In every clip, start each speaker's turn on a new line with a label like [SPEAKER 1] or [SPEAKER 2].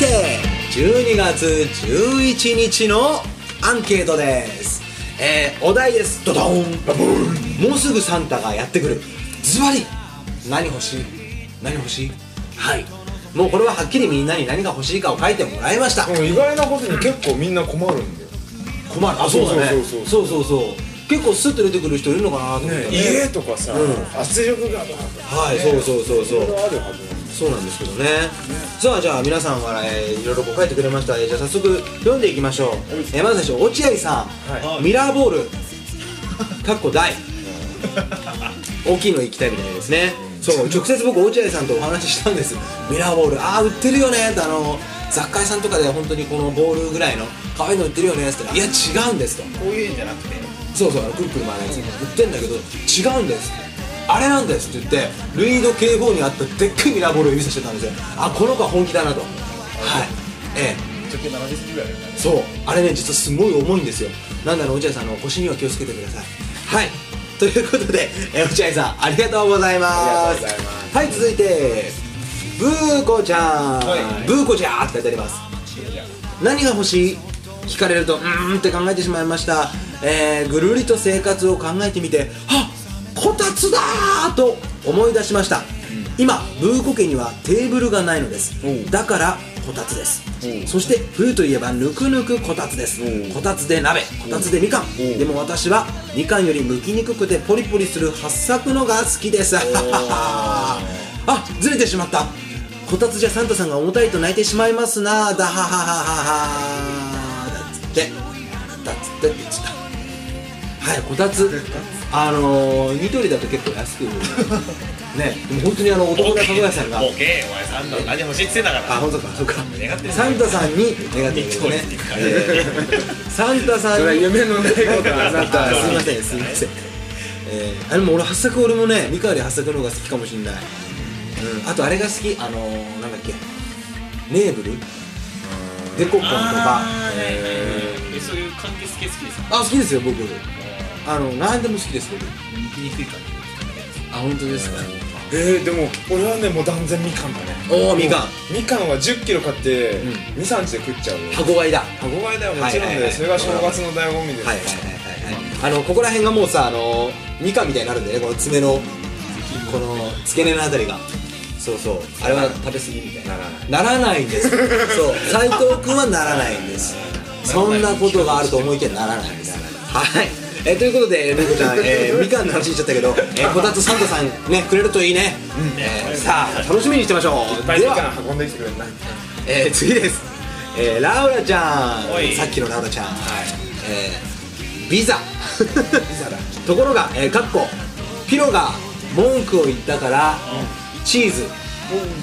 [SPEAKER 1] 12月11日のアンケートですえー、お題ですドドンバブーンもうすぐサンタがやってくるズバリ何欲しい何欲しいはいもうこれははっきりみんなに何が欲しいかを書いてもらいました
[SPEAKER 2] でも意外なことに結構みんな困るんだよ
[SPEAKER 1] 困るあそうだね
[SPEAKER 2] そうそ
[SPEAKER 1] そ
[SPEAKER 2] う
[SPEAKER 1] うそうそう結構スッと出てくる人いるのかなと思ったらね
[SPEAKER 2] 家とかさ、
[SPEAKER 1] うん
[SPEAKER 2] 圧力がとか
[SPEAKER 1] はいそうそうそうそう
[SPEAKER 2] あるはずなんだ
[SPEAKER 1] そうなんですけどねさあじゃあ皆さんから、えーいろいろこう書いてくれました、えーじゃあ早速読んでいきましょう、えーまず最初落合さん、
[SPEAKER 2] は
[SPEAKER 1] ミラーボールかっこ大 大きいの行きたいみたいですね、そう直接僕落合さんとお話ししたんですミラーボールああ売ってるよねってあの雑貨屋さんとかで本当にこのボールぐらいの可愛いの売ってるよねって言ったらいや違うんですと
[SPEAKER 3] こういうんじゃなくて
[SPEAKER 1] そうそうあのクルクル回るやつ売ってんだけど違うんですあれなんですって言ってルイード警棒にあったでっかいミラーボールを指さしてたんですよあこの子は本気だなとはいええ
[SPEAKER 3] 直径7 0センチぐらいあるよね
[SPEAKER 1] そうあれね実はすごい重いんですよなんだろう落合さんあの腰には気をつけてくださいはいということで、え落合さんありがとうございます
[SPEAKER 2] ありがとうございます
[SPEAKER 1] はい続いてブーコちゃん、
[SPEAKER 3] はい
[SPEAKER 1] ブーコちゃんって書いてあります何が欲しい聞かれるとうーんって考えてしまいました、えーぐるりと生活を考えてみてあこたつだーと思い出しました、今ブーコ家にはテーブルがないのですだからこたつですそして冬といえばぬくぬくこたつですこたつで鍋こたつでみかんでも私はみかんより剥きにくくてポリポリする発作のが好きです あずれてしまったこたつじゃサンタさんが重たいと泣いてしまいますなだはははははだっつってだっつってって言っちゃったはいこたつあのー、ニトリだと結構安 くねでも本当にあの男田かぐやさんが
[SPEAKER 3] ボケお前さんの何欲しいって言ってんだ
[SPEAKER 1] あ
[SPEAKER 3] か
[SPEAKER 1] 本当かそうか
[SPEAKER 3] 願ってる
[SPEAKER 1] サンタさんに願ってるけどね
[SPEAKER 3] ニトリに行くから
[SPEAKER 1] えーサンタさん
[SPEAKER 2] それは
[SPEAKER 1] に
[SPEAKER 2] 夢のないことあなた
[SPEAKER 1] あ すいませんすいませんえー、あれも俺八作俺もね三河より八作の方が好きかもしんない、うん、あとあれが好きあのー、なんだっけネーブルデコポンとか
[SPEAKER 3] あーはいはいはいえそういう柑橘系好きですから
[SPEAKER 1] あ好きですよ僕あの何でも好きです僕
[SPEAKER 3] 行きにくい感じ
[SPEAKER 1] あ本当ですか
[SPEAKER 2] えー、でも俺はねもう断然みかんだね
[SPEAKER 1] おおみかん
[SPEAKER 2] みかんは1 0キロ買って
[SPEAKER 1] ん
[SPEAKER 2] 2、3日で食っちゃうよ
[SPEAKER 1] 箱買いだ
[SPEAKER 2] 箱買いだよもちろん
[SPEAKER 1] はいはいは
[SPEAKER 2] だよ
[SPEAKER 1] い
[SPEAKER 2] それが正月の醍醐味です
[SPEAKER 1] はいはいはいはいはいあのここら辺がもうさあのみかんみたいになるんだよねこの爪のこの付け根のあたりがそうそうあれは食べ過ぎみたいなならないんです そう斎藤君はならないん ですそんなことがあると思いきやならないんですはいえということでルーコちゃん、え ーみかんの話しちゃったけど、えーこたつサンタさんねくれるといいね、えーさあ楽しみにしてましょう
[SPEAKER 2] バイ
[SPEAKER 1] で
[SPEAKER 2] み
[SPEAKER 1] は
[SPEAKER 2] かん運んできてくれるな
[SPEAKER 1] えー、次です、えー、ラウラちゃ
[SPEAKER 3] お
[SPEAKER 1] ん
[SPEAKER 3] い
[SPEAKER 1] さっきのラウラちゃん、えービザところが、えー、かっこピロが文句を言ったから、チーズ、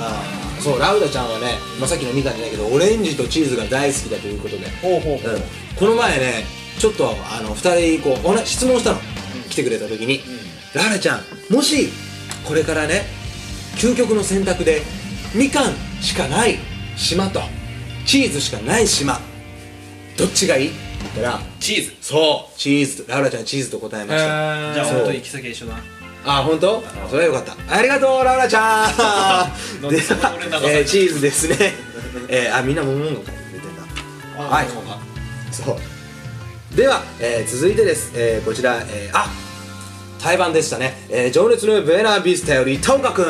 [SPEAKER 1] あーそうラウラちゃんはね、まあ、さっきのみかんじゃないけどオレンジとチーズが大好きだということで、
[SPEAKER 2] ほうほうほう
[SPEAKER 1] うんこの前ねちょっとあの2人こうおな質問したの、来てくれた時に、ラウラちゃんもしこれからね究極の選択でみかんしかない島とチーズしかない島どっちがいいって言ったら
[SPEAKER 3] チーズ
[SPEAKER 1] そうチーズとラウラちゃんチーズと答えました
[SPEAKER 3] じゃあ
[SPEAKER 1] そう
[SPEAKER 3] 本当に行き先一緒だ
[SPEAKER 1] あ本当それはよかったありがとうラウラちゃん
[SPEAKER 3] なん
[SPEAKER 1] で
[SPEAKER 3] でそんな俺流された
[SPEAKER 1] えーチーズですねえーあみんなももんが書いてくれてんだはい
[SPEAKER 3] そうか
[SPEAKER 1] そうでは、えー続いてです、えーこちら、えーあ台湾でしたね、えー情熱のベナビスタよりタオカ君、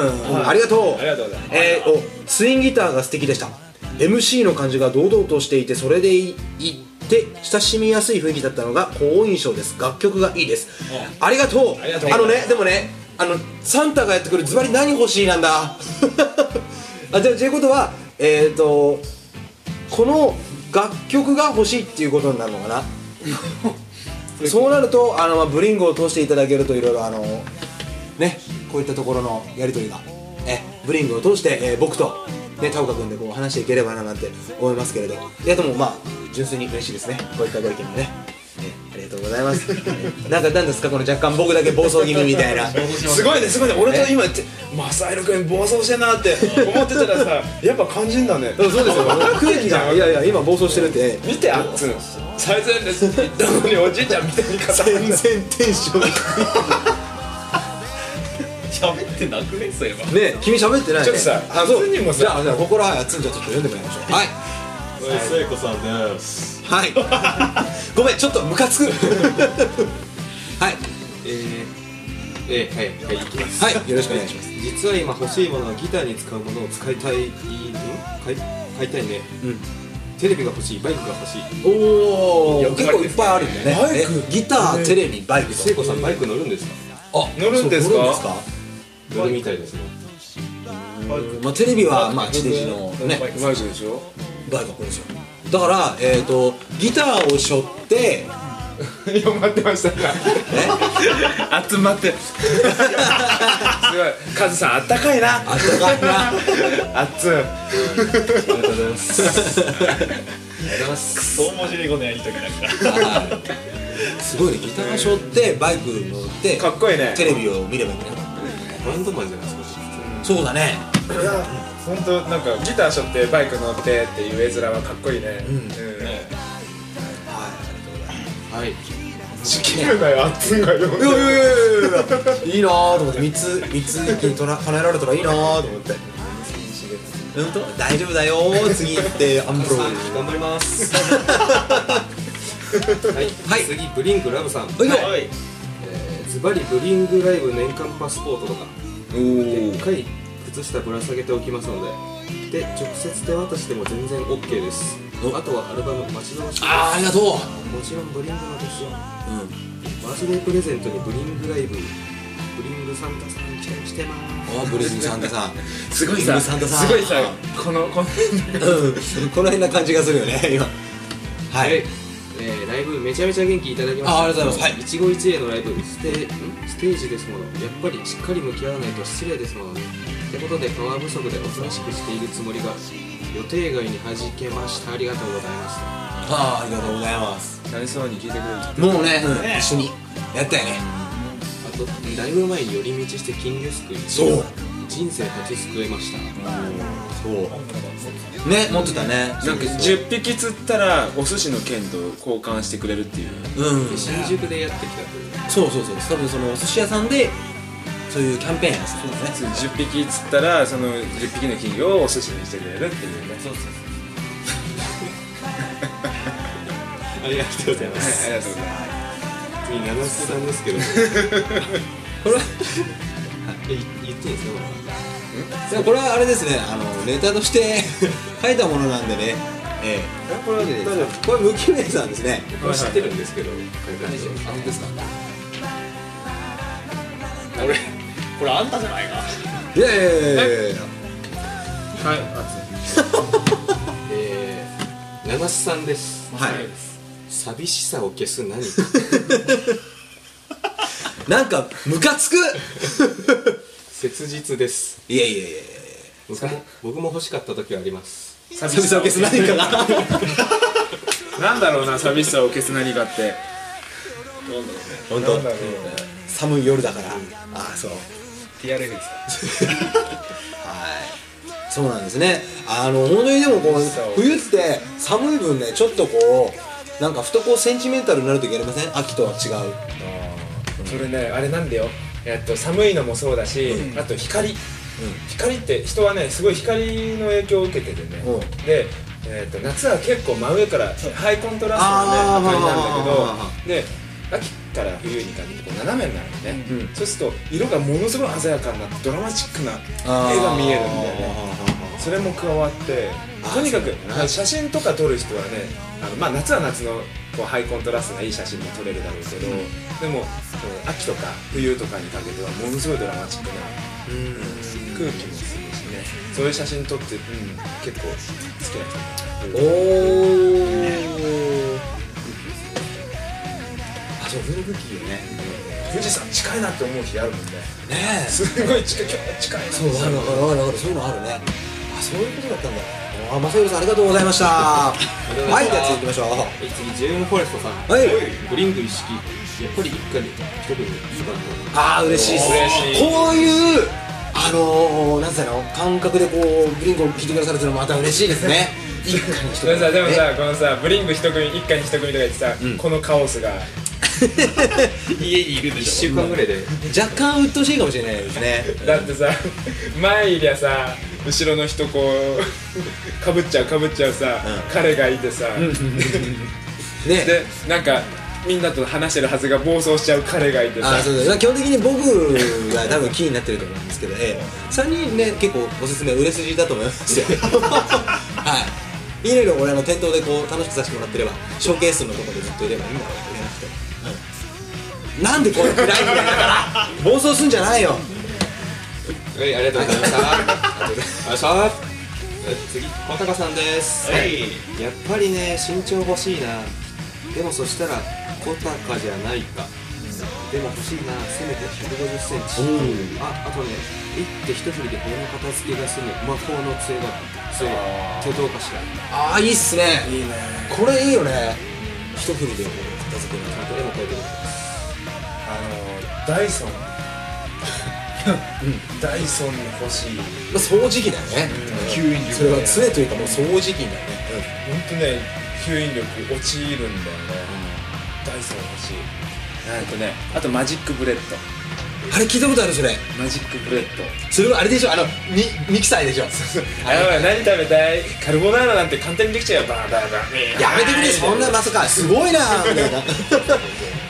[SPEAKER 1] ありがとう
[SPEAKER 2] ありがとうございます
[SPEAKER 1] えーおツインギターが素敵でした MC の感じが堂々としていてそれでいいって親しみやすい雰囲気だったのが好印象です楽曲がいいですありがとう
[SPEAKER 2] ありがとう
[SPEAKER 1] のねでもねあのサンタがやってくるズバリ何欲しいなんだ あじゃあということはえっ、ー、とこの楽曲が欲しいっていうことになるのか なそうなるとあの、まあ、ブリングを通していただけるといろいろあのねこういったところのやり取りがえブリングを通して、えー僕と、ね、田岡君でこう話していければななんて思いますけれどいやでもまあ純粋に嬉しいですねこういったご意見もねえありがとうございますなんか何ですかこの若干僕だけ暴走気味みた いな
[SPEAKER 2] すごいねすごいね俺と今ってマサイル君暴走してんなって思ってたらさやっぱ肝心だね
[SPEAKER 1] そうですよ空気がいやいや今暴走してるって
[SPEAKER 2] 見てあっつうの最前列に行ったのにおじいちゃんみたいに 肩
[SPEAKER 1] 全然テンション低い
[SPEAKER 3] 喋ってなくねそういえば
[SPEAKER 1] ねえ君喋ってないね
[SPEAKER 2] ちょっとさ
[SPEAKER 1] あそう
[SPEAKER 2] あつんにもさ
[SPEAKER 1] じゃあじゃあ心はあつんちゃんちょっと読んでもらいましょうはい
[SPEAKER 4] はい、聖子さんです。
[SPEAKER 1] はい。ごめん、ちょっとムカつく。 はい。
[SPEAKER 4] えー、えー、はい、はい、いきます。。
[SPEAKER 1] はいよろしくお願いします
[SPEAKER 4] 実は今欲しいものはギターに使うものを使いたい、ん買い買いたいね。
[SPEAKER 1] うん。
[SPEAKER 4] テレビが欲しい、バイクが欲しい。
[SPEAKER 1] おお。結構いっぱいあるんだね。
[SPEAKER 2] バイク
[SPEAKER 1] えギター、テレビ、バイクと。
[SPEAKER 4] 聖子さん、バイク乗るんですか
[SPEAKER 1] あ
[SPEAKER 2] 乗るんですか
[SPEAKER 1] そう乗
[SPEAKER 4] 乗るみたいですね。
[SPEAKER 1] まあ、テレビは、まあ、地デジのね、
[SPEAKER 2] うまい人でしょ
[SPEAKER 1] バイクこれですよ。だから、えっ、と、ギターを背負って、
[SPEAKER 2] 読まってま したか集まって すごいカズさんあったかいな
[SPEAKER 1] あったかいな。
[SPEAKER 2] あっつん
[SPEAKER 3] そう面白いことやりたくなった
[SPEAKER 1] はいすごいね、ギターを背負って、バイク乗って、
[SPEAKER 2] かっこいいね
[SPEAKER 1] テレビを見ればいいね。
[SPEAKER 4] バンドマンじゃないですか。
[SPEAKER 1] そうだね。
[SPEAKER 2] いや本当なんかギターしょってバイク乗ってっていう絵面はかっこいいね
[SPEAKER 1] ん
[SPEAKER 2] うん
[SPEAKER 1] はい。
[SPEAKER 4] はい。
[SPEAKER 2] ちきるなよあっつんがよ
[SPEAKER 1] いやいやいやいやいやいいなーと思って三つ三つ一気にとら叶えられたらいいなーと思って本当大丈夫だよー次行ってアンプロ
[SPEAKER 4] さん頑張り ます。はい、
[SPEAKER 1] はい
[SPEAKER 4] 次ブリングラブさ
[SPEAKER 1] い
[SPEAKER 4] ん。
[SPEAKER 1] よ
[SPEAKER 4] い。えーズバリブリングライブ年間パスポートとか、でっかい靴下ぶら下げておきますので、で直接手渡しでも全然 OK です。
[SPEAKER 1] お
[SPEAKER 4] あとはアルバム待ち遠しい。
[SPEAKER 1] あーありがとう
[SPEAKER 4] もちろんブリングのですよ。バ
[SPEAKER 1] うん
[SPEAKER 4] ースデープレゼントにブリングライブ、ブリングサンタさんに期待してま
[SPEAKER 1] あーブレズミサンタさん
[SPEAKER 2] すごい
[SPEAKER 1] ブレ
[SPEAKER 2] さ
[SPEAKER 1] ズミサンタさん
[SPEAKER 2] すごいさこのこの
[SPEAKER 1] うんこの辺な感じがするよね今は
[SPEAKER 4] す。
[SPEAKER 1] い
[SPEAKER 4] えーライブめちゃめちゃ元気いただきました
[SPEAKER 1] あありがとうございますはい
[SPEAKER 4] 一期一会のライブステんステージですものやっぱりしっかり向き合わないと失礼ですものねってことでパワー不足でおとなしくしているつもりが予定外に弾けましたありがとうございます
[SPEAKER 1] あーありがとうございます
[SPEAKER 2] なりそうに聞いてくれる
[SPEAKER 1] もうね、うん
[SPEAKER 3] ね
[SPEAKER 1] 一緒にやったよね
[SPEAKER 4] あとライブ前に寄り道して金魚すくい
[SPEAKER 1] そう
[SPEAKER 4] 人生初すくえました
[SPEAKER 1] そうね持ってたね
[SPEAKER 2] なんか10匹釣ったらお寿司の券と交換してくれるっていう
[SPEAKER 1] うん
[SPEAKER 4] で
[SPEAKER 1] そう
[SPEAKER 4] 新宿でやってきたという
[SPEAKER 1] そうそう多分そのお寿司屋さんでそういうキャンペーンやってたんだね
[SPEAKER 2] 10匹釣ったらその10匹の金魚をお寿司にしてくれるっていうねそうそうあ
[SPEAKER 4] ありがとうございま
[SPEAKER 2] りがとうございます
[SPEAKER 4] 次長須さん ですけど
[SPEAKER 1] これは
[SPEAKER 4] え言っていいんですか
[SPEAKER 1] いやこれはあれですねあのネタとして書いたものなんでねえ
[SPEAKER 4] これこれ
[SPEAKER 1] えこれ無記名さんですね
[SPEAKER 4] これ知ってるんですけど、あ本当ですか
[SPEAKER 3] これこれあんたじゃないか
[SPEAKER 1] いやいやいやいやいや
[SPEAKER 2] はいあ
[SPEAKER 4] えー、長須さんです
[SPEAKER 1] はい
[SPEAKER 4] 寂しさを消す何か
[SPEAKER 1] なんかムカつく
[SPEAKER 4] 切実です
[SPEAKER 1] いやいやいや
[SPEAKER 4] 僕も僕も欲しかった時はあります
[SPEAKER 1] 久々を消す何か が
[SPEAKER 2] なんだろうな寂しさを消す何かって
[SPEAKER 1] 本当
[SPEAKER 2] なんだろう
[SPEAKER 1] 寒い夜だからああそう
[SPEAKER 2] TRF ですか
[SPEAKER 1] はいそうなんですねあの本当にでもこう冬って寒い分ねちょっとこうなんかふとこうセンチメンタルになる時ありません秋とは違う
[SPEAKER 2] それねあれなんだよえっと寒いのもそうだし、あと光、光って人はねすごい光の影響を受けててね、
[SPEAKER 1] うん
[SPEAKER 2] で、えっと夏は結構真上からハイコントラス
[SPEAKER 1] あー
[SPEAKER 2] トのね明かりなんだ
[SPEAKER 1] は
[SPEAKER 2] けどで秋から冬にかけてこう斜めになるのね、
[SPEAKER 1] うん
[SPEAKER 2] そうすると色がものすごい鮮やかになってドラマチックな絵
[SPEAKER 1] 絵
[SPEAKER 2] が
[SPEAKER 1] が
[SPEAKER 2] 見
[SPEAKER 1] 見え
[SPEAKER 2] え
[SPEAKER 1] る
[SPEAKER 2] る
[SPEAKER 1] んだよ
[SPEAKER 2] んだよね
[SPEAKER 1] ね
[SPEAKER 2] それも加わって
[SPEAKER 1] あー
[SPEAKER 2] とにかく
[SPEAKER 1] そうだね
[SPEAKER 2] はい写真とか撮る人はねあの、まあ、夏は夏のこうハイコントラストがいい写真も撮れるだろうけど、でも、えー秋とか冬とかにかけてはものすごいドラマチックな空気もするしねそういう写真撮って、うん、結構好きな人
[SPEAKER 1] おおあそう風吹きよね
[SPEAKER 2] 富士山近いなって思う日あるもんね
[SPEAKER 1] ねえ
[SPEAKER 2] すごい近い近いな
[SPEAKER 1] そうわかるわかるわかるわかるそういうのあるねあそういうことだったんだあ正弘さんありがとうございましたはいじゃあ次行きましょう
[SPEAKER 4] え次ジェーム・フォレストさん
[SPEAKER 1] はい
[SPEAKER 4] ブリング一式やっぱり一家に一組いいバンド
[SPEAKER 1] ああ嬉しいっす
[SPEAKER 2] 嬉しい
[SPEAKER 1] こういうあのー、なんつうの感覚でこうブリンクを聞いてくださるっていうのもまた嬉しいです ね一家に一
[SPEAKER 2] でもさでも
[SPEAKER 1] ね
[SPEAKER 2] さこのさブリング一組一家に一組とか言ってさ、このカオスが
[SPEAKER 3] 家にいるで
[SPEAKER 4] 1
[SPEAKER 3] しょ
[SPEAKER 4] 週間ぐらいで
[SPEAKER 1] 若干鬱陶しいかもしれないですね
[SPEAKER 2] だってさ前いりゃさ後ろの人こうかぶっちゃうかぶっちゃうさ、
[SPEAKER 1] うん
[SPEAKER 2] 彼がいてさ、
[SPEAKER 1] ね
[SPEAKER 2] でなんかみんなと話してるはずが暴走しちゃう彼がいてさ
[SPEAKER 1] あそうです基本的に僕が多分キーになってると思うんですけど、ええ、3人ね結構おすすめ売れ筋だと思います よはいいいのよ俺の店頭でこう楽しくさせてもらってればショーケースのところでずっといればいいんだから売れなくて、うんなんでこういうライブだ から暴走すんじゃないよ
[SPEAKER 4] はい、ありがとうございました。ありがとうございました。え次、小高さんです。
[SPEAKER 3] はい
[SPEAKER 4] やっぱりね、身長欲しいな。でもそしたら、小高じゃないか。でも欲しいな、せめて150センチ。あ、あとね、一手一振りで部屋の片付けが済む魔法の杖が、杖、手どうかしら。
[SPEAKER 1] ああいいっすね
[SPEAKER 2] いいね
[SPEAKER 1] これいいよね一振りでこう片付け
[SPEAKER 4] ち
[SPEAKER 1] な
[SPEAKER 4] ゃんと絵も描いてる。
[SPEAKER 2] あのダイソン、ダイソンの欲しい
[SPEAKER 1] まあ掃除機だよね、
[SPEAKER 3] 吸引
[SPEAKER 1] それ
[SPEAKER 3] 力
[SPEAKER 1] は
[SPEAKER 3] が
[SPEAKER 1] 杖というかもう掃除機だよね、
[SPEAKER 2] 本当ね吸引力落ちるんだよね、ダイソン欲しいえっとねあとマジックブレッド
[SPEAKER 1] あれ聞いたことあるそれ
[SPEAKER 2] マジックブレッド
[SPEAKER 1] それはあれでしょあのミミキサーでしょ
[SPEAKER 2] あやばい何食べたいカルボナーラなんて簡単にできちゃうよバーバーバー
[SPEAKER 1] やめてくれそんなまさかすごいなみたいなはい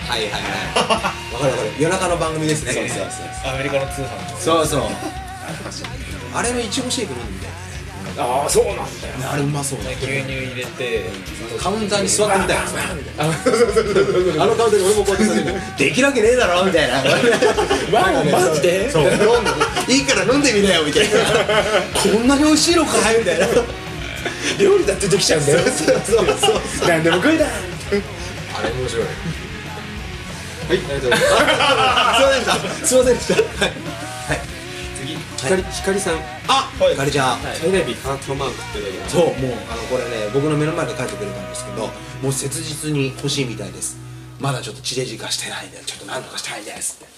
[SPEAKER 1] はいはいわかるわかる夜中の番組ですね
[SPEAKER 2] そうそうそう
[SPEAKER 3] アメリカの通販
[SPEAKER 1] そうそうあれのいちごシェイク飲んでみたい
[SPEAKER 2] ああそうなんだよ
[SPEAKER 1] あれうまそうね
[SPEAKER 3] 牛乳入れて
[SPEAKER 1] カウンターに座ってみたいなあのカウンターに俺もこうやって座ってみたいできるわけねえだろみたいななんかね
[SPEAKER 2] マジで
[SPEAKER 1] そう飲んでいいから飲んでみなよみたいなこんなに美味しいのかいみたいな
[SPEAKER 2] 料理だってできちゃうんだよ
[SPEAKER 1] そうそうそう
[SPEAKER 2] 何でも食いだ
[SPEAKER 1] あれ面白い
[SPEAKER 4] はい、ありがとうございま す。
[SPEAKER 1] すいませんでしたすいませんでしたはい
[SPEAKER 4] 次、ひかり、ひかりさん。
[SPEAKER 1] あ
[SPEAKER 3] はい
[SPEAKER 1] ひかりちゃん
[SPEAKER 4] テレビハートマークってだけ
[SPEAKER 1] そうもうあのこれね僕の目の前で書いてくれたんですけどもう切実に欲しいみたいですまだちょっと地デジ化してないんでちょっと何とかしたいですって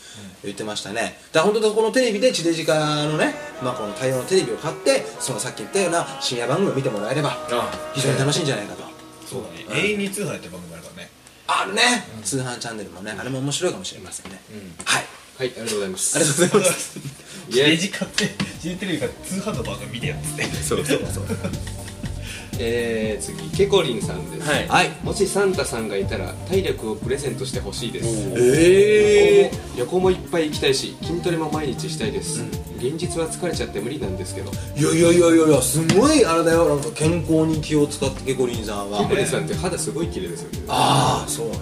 [SPEAKER 1] 言ってましたねだから本当にこのテレビで地デジ化のね、まあ、この対応のテレビを買ってそのさっき言ったような深夜番組を見てもらえれば非常に楽しいんじゃないかと
[SPEAKER 3] そうだね永遠に通販やってる番組あるからね
[SPEAKER 1] あるね、通販チャンネルもねあれも面白いかもしれませんね、はい
[SPEAKER 4] はい、ありがとうございます。
[SPEAKER 1] ありがとうございます
[SPEAKER 4] イエイ
[SPEAKER 3] レジ買ってジテレビが通販の番組見てやっつって
[SPEAKER 1] そうそうそう
[SPEAKER 4] えー、次ケコリンさんです、
[SPEAKER 2] はい
[SPEAKER 1] はい
[SPEAKER 4] もしサンタさんがいたら体力をプレゼントしてほしいです
[SPEAKER 1] ええ
[SPEAKER 4] 旅行も旅行もいっぱい行きたいし筋トレも毎日したいです、現実は疲れちゃって無理なんですけど
[SPEAKER 1] いやいやいやいやいやすごいあれだよなんか健康に気を使ってケコリンさんは
[SPEAKER 4] ケコリンさんって肌すごい綺麗ですよね
[SPEAKER 1] ああそうね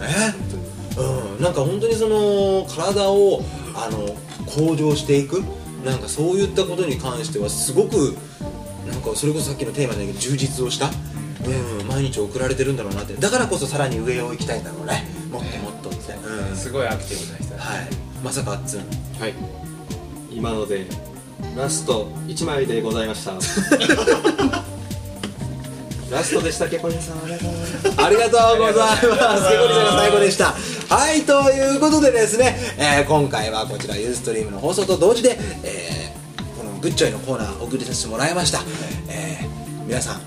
[SPEAKER 1] うんなんか本当にその体をあの向上していくなんかそういったことに関してはすごくなんかそれこそさっきのテーマじゃないけど充実をした、うん、毎日送られてるんだろうなってだからこそさらに上を行きたいんだろうねもっともっとって、うん
[SPEAKER 2] すごいアクティブな人だ
[SPEAKER 1] はいまさかあっつん
[SPEAKER 4] はい今のでラスト1枚でございました ラストでしたケコリンさんありがとうございます
[SPEAKER 1] ありがとうございます。セコリさんが最後でした。はい、ということでですね、えー今回はこちらユーストリームの放送と同時で、えーこのグッチョイのコーナーをお送りさせてもらいました。えー皆さん、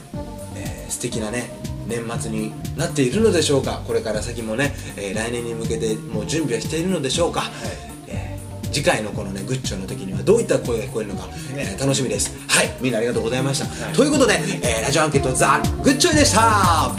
[SPEAKER 1] えー素敵なね、年末になっているのでしょうかこれから先もね、えー来年に向けてもう準備はしているのでしょうか、えー次回のこのねグッチョイの時にはどういった声が聞こえるのか、えー楽しみですはいみんなありがとうございました、ということで、えーラジオアンケート「ザ・グッチョイ」でした